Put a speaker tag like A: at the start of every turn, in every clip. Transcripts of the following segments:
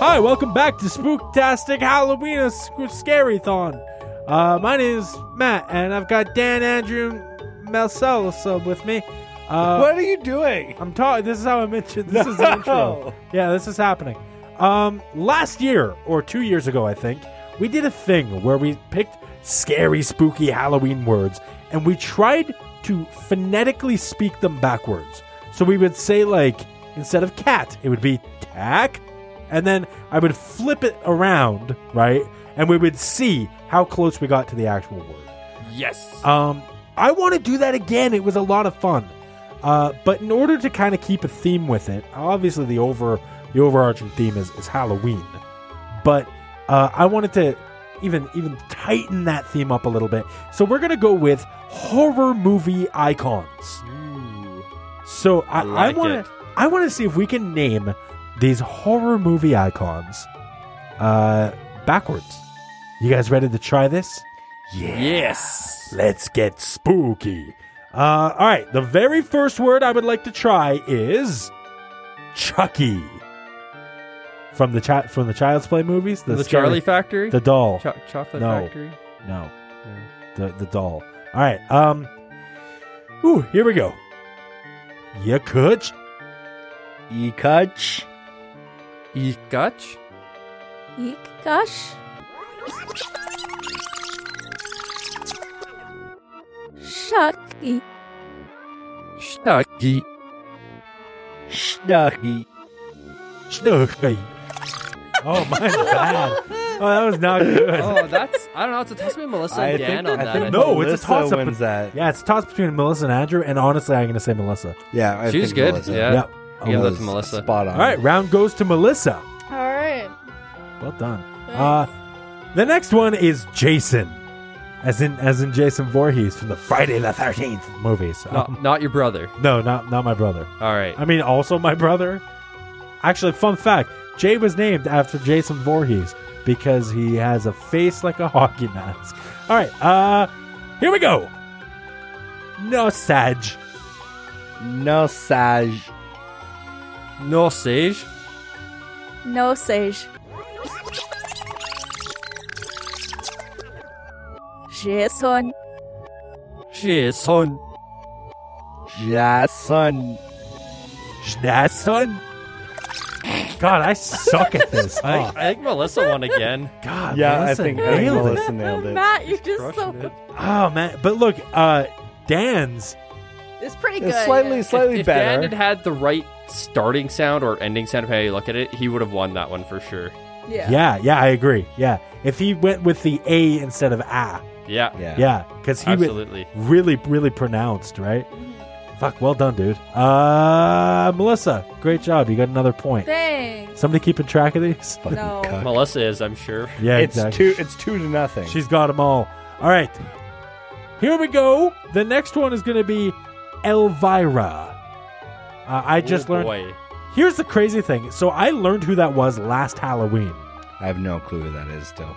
A: Hi, welcome back to Spooktastic Halloween a Sc- Scarython. Uh, my name is Matt, and I've got Dan Andrew Malcelso with me. Uh,
B: what are you doing?
A: I'm talking. This is how I mentioned. This is the intro.
B: No.
A: Yeah, this is happening. Um, last year or two years ago, I think we did a thing where we picked scary, spooky Halloween words, and we tried to phonetically speak them backwards. So we would say like instead of cat, it would be tack, and then I would flip it around, right, and we would see how close we got to the actual word.
B: Yes.
A: Um, I want to do that again. It was a lot of fun. Uh, but in order to kind of keep a theme with it, obviously the over the overarching theme is, is Halloween. But uh, I wanted to even even tighten that theme up a little bit. So we're gonna go with horror movie icons. So I,
B: I like
A: I want
B: it.
A: to I want to see if we can name these horror movie icons uh, backwards. You guys ready to try this?
B: Yes.
A: Let's get spooky. Uh, all right, the very first word I would like to try is Chucky. From the chi- from the Child's Play movies, the,
C: The,
A: scary-
C: Charlie Factory?
A: the doll.
C: Cho- chocolate
A: No.
C: Factory?
A: no,
C: No.
A: the the doll. All right. Um. Ooh, here we go. You could.
B: Ekutch.
C: Ikach?
D: Eek, gosh. Shucky.
C: Shtaki.
B: Schnucky.
A: Chucky. Oh, mine's bad. Oh, that was not good.
C: Oh, that's, I don't know, it's a toss between Melissa and Dan on that. I
A: No,
C: think.
A: it's a
B: Melissa
A: toss-up.
B: Wins that.
A: Yeah, it's a toss between Melissa and Andrew, and honestly, I'm going to say Melissa.
E: Yeah, I
C: She was
E: think
C: good,
E: Melissa.
C: Uh, yeah.
A: Yep.
C: Give that
E: was
C: to Melissa.
E: Spot on.
A: All right, round goes to Melissa.
D: All right.
A: Well done. Uh, The next one is Jason, as in as in Jason Voorhees from the Friday the Thirteenth movies.
C: Not,
A: Um,
C: not your brother.
A: no, not not my brother.
C: All right.
A: I mean, also my brother. Actually, fun fact: Jay was named after Jason Voorhees because he has a face like a hockey mask. All right, uh, here we go. No Saj.
B: No sage.
C: No Sage.
D: No sage. Jason.
C: Jason.
B: Jason.
A: Schnason. God, I suck at this.
C: I,
A: Oh,
C: think- I think Melissa won again.
A: God,
B: Yeah, I
A: Melissa
B: think, I think
A: nailed it.
B: Melissa nailed it.
D: Matt, you're just so.
C: Crushing it.
A: Oh man, but look, uh, Dan's
D: It's pretty good.
B: It's slightly, slightly
C: if,
B: better.
C: If Dan had had the right starting sound or ending sound, depending how you look at it, he would have won that one for sure.
D: Yeah.
A: Yeah, yeah, I agree. Yeah, if he went with the A instead of ah,
C: Yeah,
B: yeah.
A: yeah, because he was
C: absolutely.
A: really, really pronounced, right? Fuck, well done, dude. Uh, Melissa, great job. You got another point.
D: Thanks.
A: Somebody keeping track of these?
B: Fucking
D: No.
B: cuck.
C: Melissa is, I'm sure.
A: Yeah,
B: It's
A: exactly.
B: two. It's two to nothing.
A: She's got them all. All right, here we go. The next one is going to be Elvira. Uh, I just
C: Oh,
A: learned.
C: Boy.
A: Here's the crazy thing. So I learned who that was last Halloween.
B: I have no clue who that is. Still.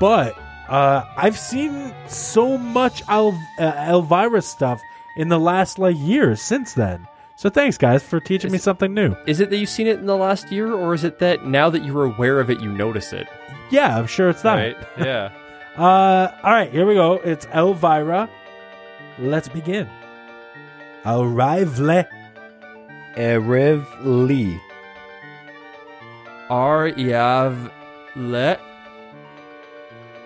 A: but uh, I've seen so much Al- uh, Elvira stuff in the last like year since then. So thanks guys for teaching me
C: Is-
A: something new.
C: Is it that you've seen it in the last year, or is it that now that you're aware of it, you notice it?
A: Yeah, I'm sure it's that.
C: Right? Yeah.
A: Uh, all right, here we go. It's Elvira. Let's begin. Arrivale.
B: Eriv Lee.
C: R E Yav Le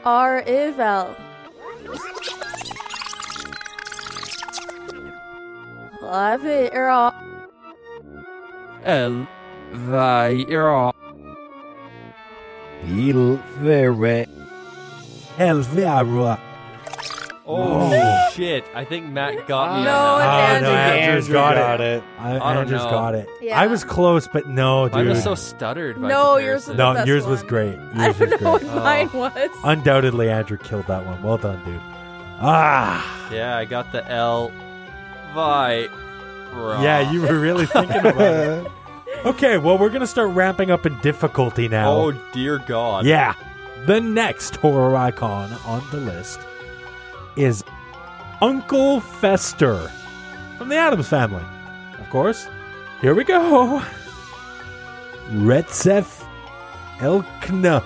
D: R. Evel. Love it, Earl.
C: El Vaira
B: Elvira.
A: Elvira.
C: Oh shit. I think Matt got me
D: Oh, No,
C: on
D: it's
C: that.
D: Andrew.
A: no, Andrew's
B: Andrew
A: got,
B: got
A: it.
B: it.
A: I,
C: I don't
A: Andrew's
C: know.
A: got it.
D: Yeah.
A: I was close, but no,
C: Mine
A: dude.
C: was so stuttered. By
D: No, yours
C: comparison.
D: was
A: no,
D: the best
A: yours was
D: one.
A: great.
D: I
A: Yours
D: don't
A: was
D: know what
A: great.
C: Oh.
D: mine was.
A: Undoubtedly, Andrew killed that one. Well done, dude. Ah.
C: Yeah, I got the L Vaira.
A: Yeah, you were really thinking about it. Okay, well, we're going to start ramping up in difficulty now.
C: Oh dear god.
A: yeah. The next horror icon on the list is Uncle Fester from the Adams family. Of course. Here we go. Retzef Elkna.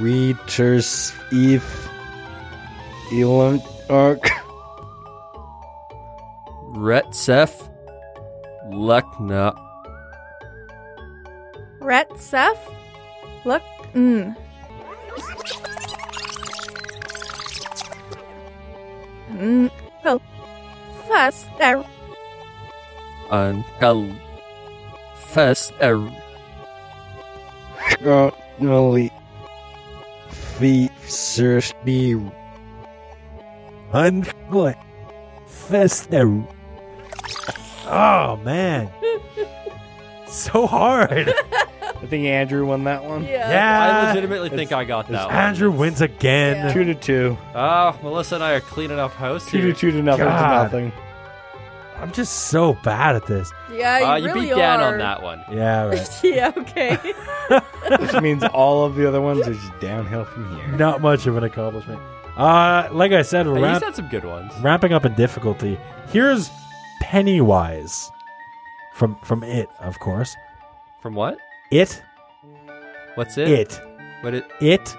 B: Reacher's Eve. Elam Ark.
C: Retsef Lekna.
D: Ret Seth? Look. Mm. Mm. Well, First, I
C: Unkel Fest er
B: Cronally. Fearsty.
A: Uncle Fester. Oh, man. so hard.
B: I think Andrew won that one.
D: Yeah.
B: Ah,
C: I
A: Yeah.
C: legitimately think I got that one.
A: Andrew wins again.
D: Yeah.
B: Two to two.
C: Oh, Melissa and I are clean enough hosts
B: Two to
C: here.
B: two to nothing
A: God.
B: to nothing.
A: I'm just so bad at this.
D: Yeah, you,
C: Uh, you
D: really
C: beat Dan
D: are.
C: on that one.
A: Yeah, right.
D: yeah, okay.
B: Which means all of the other ones are just downhill from here.
A: Not much of an accomplishment. Uh, like I said,
C: But
A: we're wrap-
C: He's had some good ones.
A: wrapping up in difficulty. Here's Pennywise from from it, of course.
C: From what?
A: It,
C: What's
A: it,
C: it?
A: it,
C: What it?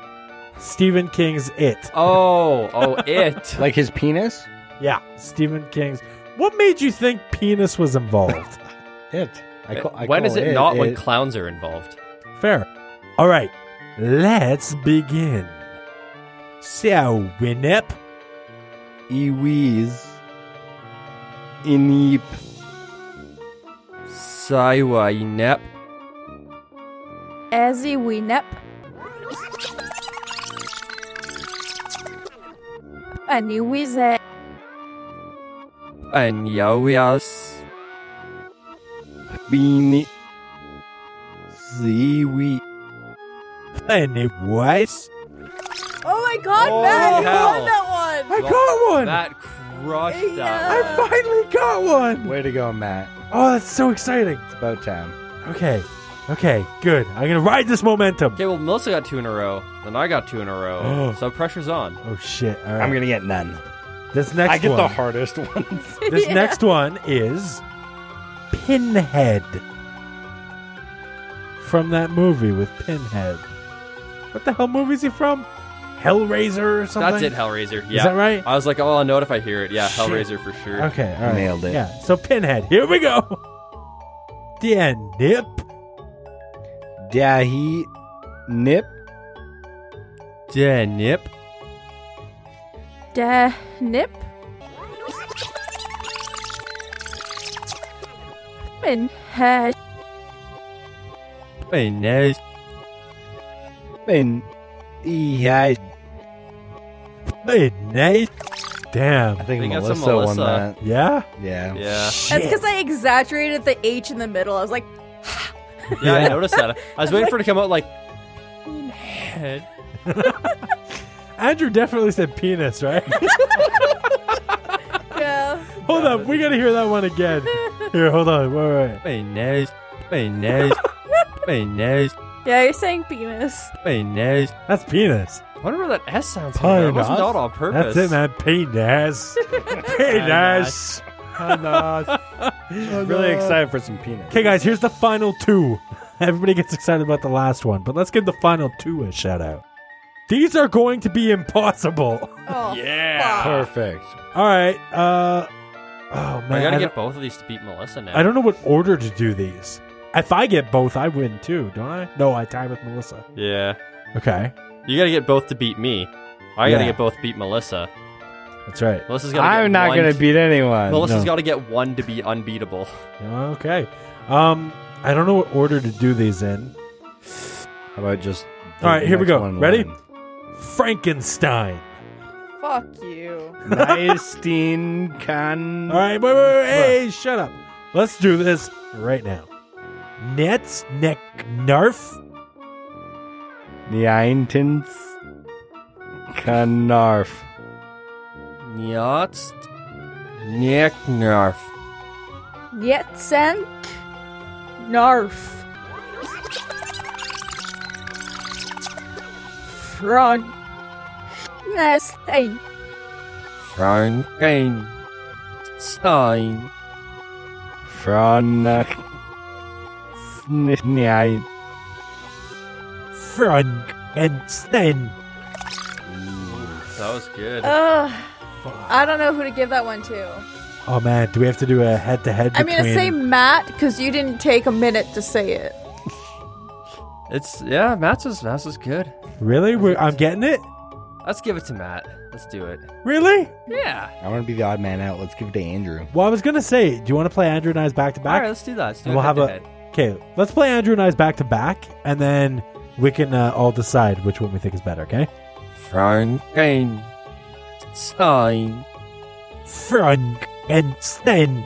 A: Stephen King's It.
C: Oh, oh, it.
B: Like his penis?
A: Yeah, Stephen King's. What made you think penis was involved?
B: It. I call, I
C: when
B: call
C: is it, not when
B: it.
C: clowns are involved?
A: Fair. All right, let's begin. So, Winnip,
B: Ewees. Ineep.
C: Siwainep.
D: Ezzy Weenep. A new wizard.
C: And Yowias.
B: Beanie. Seaweed.
A: Pennywise.
D: Oh my god,
C: Oh,
D: Matt, you
C: hell.
D: won that one!
A: I got one.
C: That crushed
D: Yeah.
C: that.
A: I finally got one.
B: Way to go, Matt.
A: Oh, that's so exciting.
B: It's about time.
A: Okay, okay, good. I'm gonna ride this momentum.
C: Okay, well, Melissa got two in a row, then I got two in a row, so pressure's on.
A: Oh shit! All right.
B: I'm gonna get none.
A: This next
B: I get
A: one.
B: the hardest ones.
A: This
D: Yeah.
A: next one is Pinhead from that movie with Pinhead. What the hell movie is he from? Hellraiser or something?
C: That's it, Hellraiser. Yeah.
A: that right?
C: I was like, oh, I'll know it if I hear it. Yeah,
A: Shit.
C: Hellraiser for sure.
A: Okay, all right.
B: Nailed it.
A: Yeah. So Pinhead, here we go. Dan Nip
B: Dahi, nip,
C: Denip.
D: Da nip. And uh,
C: Penes.
B: and yeah,
A: Midnight.
B: I
A: Damn.
B: think,
C: think that's a
B: Melissa, won
C: Melissa.
B: that.
A: Yeah.
B: Yeah.
C: Yeah.
A: Shit.
D: that's because I exaggerated the H in the middle. I was like,
C: yeah. I noticed that. I was waiting for it to come out like. Pinhead.
A: Andrew definitely said penis, right?
D: yeah.
A: hold up, we gotta hear that one again. Here, hold on. Wait, wait, wait.
C: Penes. Penes. Penes.
D: Yeah, you're saying penis.
C: Penes.
A: That's penis.
C: I wonder where that S sounds like. That was
A: Pinas.
C: not on purpose.
A: That's it, man. Penis. penis.
B: really excited for some peanuts.
A: Okay, guys, here's the final two. Everybody gets excited about the last one, but let's give the final two a shout out. These are going to be impossible.
D: Oh,
C: Yeah.
B: Perfect.
A: All right. Uh, oh, man. I
C: I gotta
A: don't-
C: get both of these to beat Melissa now.
A: I don't know what order to do these. If I get both, I win too, don't I? No, I tie with Melissa.
C: Yeah.
A: Okay,
C: You gotta get both to beat me. I gotta
A: Yeah.
C: get both to beat Melissa.
A: that's right.
C: Melissa's gotta
B: I'm
C: get
B: not
C: one
B: gonna
C: to-
B: beat anyone.
A: No.
C: Melissa's got to get one to be unbeatable.
A: Okay. Um, I don't know what order to do these in.
B: How about just?
A: All right, here we
B: next
A: go.
B: one
A: Ready?
B: won.
A: Frankenstein.
D: fuck you.
B: Nystine can.
A: All right, wait, wait, wait, hey, shut up. Let's do this right now. Nets, neck, nerf.
B: Nyeintins canarf.
C: Njatst. Njeknarf.
D: Yetzen Narf. Front. Nestain.
C: Frankenstein.
B: Franak. Snyain.
A: Frog and Sten.
C: That was good.
D: Ugh. I don't know who to give that one to.
A: Oh man, do we have to do a head to head?
D: I'm gonna say Matt because you didn't take a minute to say it.
C: it's yeah, Matt's was Matt's was good.
A: Really? We're, I'm getting it.
C: Let's give it to Matt. Let's do it.
A: Really?
C: Yeah.
B: I want to be the odd man out. Let's give it to Andrew.
A: Well, I was gonna say, do you want to play Andrew and I's back to
C: All right,
A: back?
C: let's do that. Let's do
A: And we'll
C: it
A: have a okay.
C: head-to-head.
A: Let's play Andrew and I's back to back, and then we can uh, all decide which one we think is better. Okay?
C: Frankenstein.
A: Frog and Sten.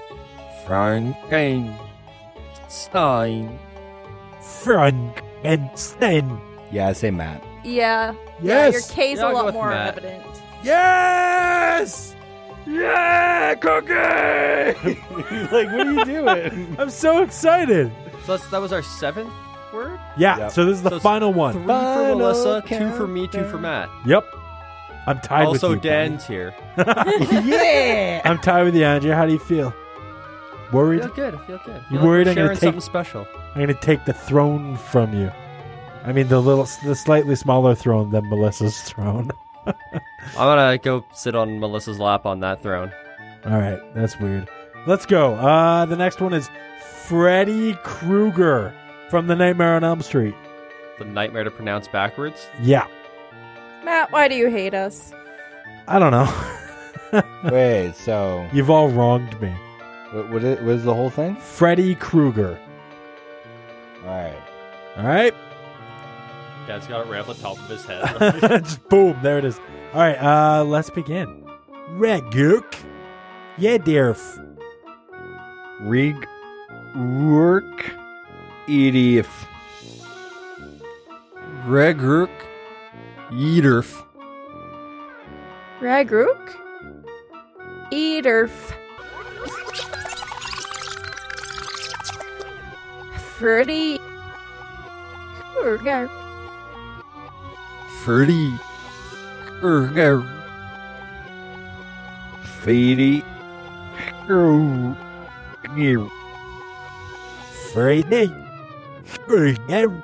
C: Frankenstein.
A: Frog and Sten.
B: Yeah, I say Matt.
D: Yeah. Yeah, your
A: Yes.
D: K's
C: Yeah,
D: a
C: I'll go
D: lot
C: with
D: more
C: Matt.
D: evident.
A: Yes. Yeah, cookie.
B: like, what are you doing?
A: I'm so excited.
C: So that's, that was our seventh word.
A: Yeah.
B: Yep.
A: So this is the
C: So it's
A: final one.
C: Three
B: Final
C: for Melissa, two for me, two
B: countdown.
C: for Matt.
A: Yep. I'm tied with
C: also,
A: you,
C: Dan's here.
B: yeah.
A: I'm tied with you, Andrew. How do you feel?
C: I
A: Worried?
C: feel good. I feel good.
A: You
C: Feel like
A: worried
C: we're
A: I'm gonna
C: sharing
A: take-
C: something special?
A: I'm gonna take the throne from you. I mean, the little, the slightly smaller throne than Melissa's throne.
C: I'm gonna go sit on Melissa's lap on that throne.
A: All right, that's weird. Let's go. Uh, the next one is Freddy Krueger from The Nightmare on Elm Street.
C: The nightmare to pronounce backwards.
A: Yeah,
D: Matt, why do you hate us?
A: I don't know.
B: Wait, so
A: You've all wronged me.
B: what, what, is, what is the whole thing?
A: Freddy Krueger.
B: All right.
A: All right,
C: Dad's got it right off the top of his head.
A: Just boom, there it is. All right, uh, let's begin. Reguk. Yeah, dear. f-
B: Rig work E idiot.
C: Regruk
B: E
C: Yederf.
D: Ragrook? Eaterf. Freddy. Krueger.
C: Ferdy. Erger.
B: Feedy. Screw you.
A: Freddy Krueger.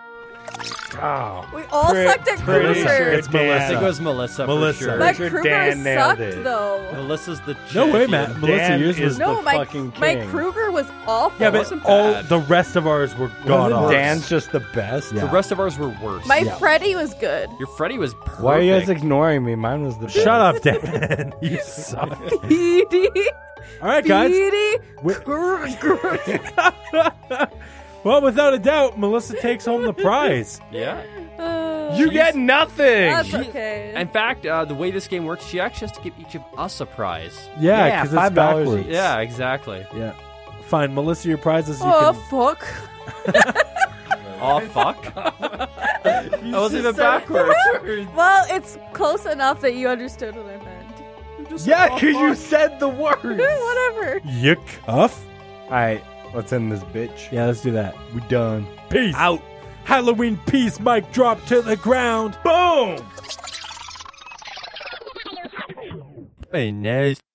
B: Oh.
D: We all
A: Fre-
D: sucked at
A: Pretty sure
D: Krueger.
A: it's
B: Dan.
C: I think it
A: Melissa.
C: was Melissa,
A: Melissa.
C: for sure.
D: But
B: Sure
D: Krueger
B: Dan nailed
D: sucked,
B: it.
D: though.
C: Melissa's the
A: No way,
C: champion.
A: Matt. Melissa,
B: Dan
A: yours was
B: is-
A: the
D: No,
B: the
D: my,
B: fucking
D: my
B: king.
D: Krueger was awful.
A: Yeah, but
C: wasn't
A: all
C: bad.
A: the rest of ours were gone off.
B: Dan's just the best.
A: Yeah.
C: The rest of ours were worse.
D: my
A: Yeah.
D: Freddy was good.
C: Your Freddy was perfect.
B: Why are you guys ignoring me? Mine was the best.
A: Shut up, Dan. you suck.
D: Beady.
A: All right, guys.
D: Beady.
A: Wi-
D: Krueger.
A: well, without a doubt, Melissa takes home the prize.
C: Yeah.
D: Uh,
B: You get nothing.
D: That's okay.
C: In fact, uh, the way this game works, she actually has to give each of us a prize.
A: Yeah,
B: Yeah,
A: because it's
B: $5
A: backwards.
B: each.
C: Yeah, exactly.
A: Yeah. Fine, Melissa, your prize is you
D: oh,
A: can.
D: fuck.
C: Oh fuck! that wasn't even backwards.
D: Well, it's close enough that you understood what I meant.
B: Yeah, because you said the words.
D: Whatever.
A: Yuck. Off.
B: All right, let's end this bitch.
A: Yeah, let's do that.
B: We done.
A: Peace. Out. Halloween peace, mic drop to the ground. Boom.
C: Hey, nice.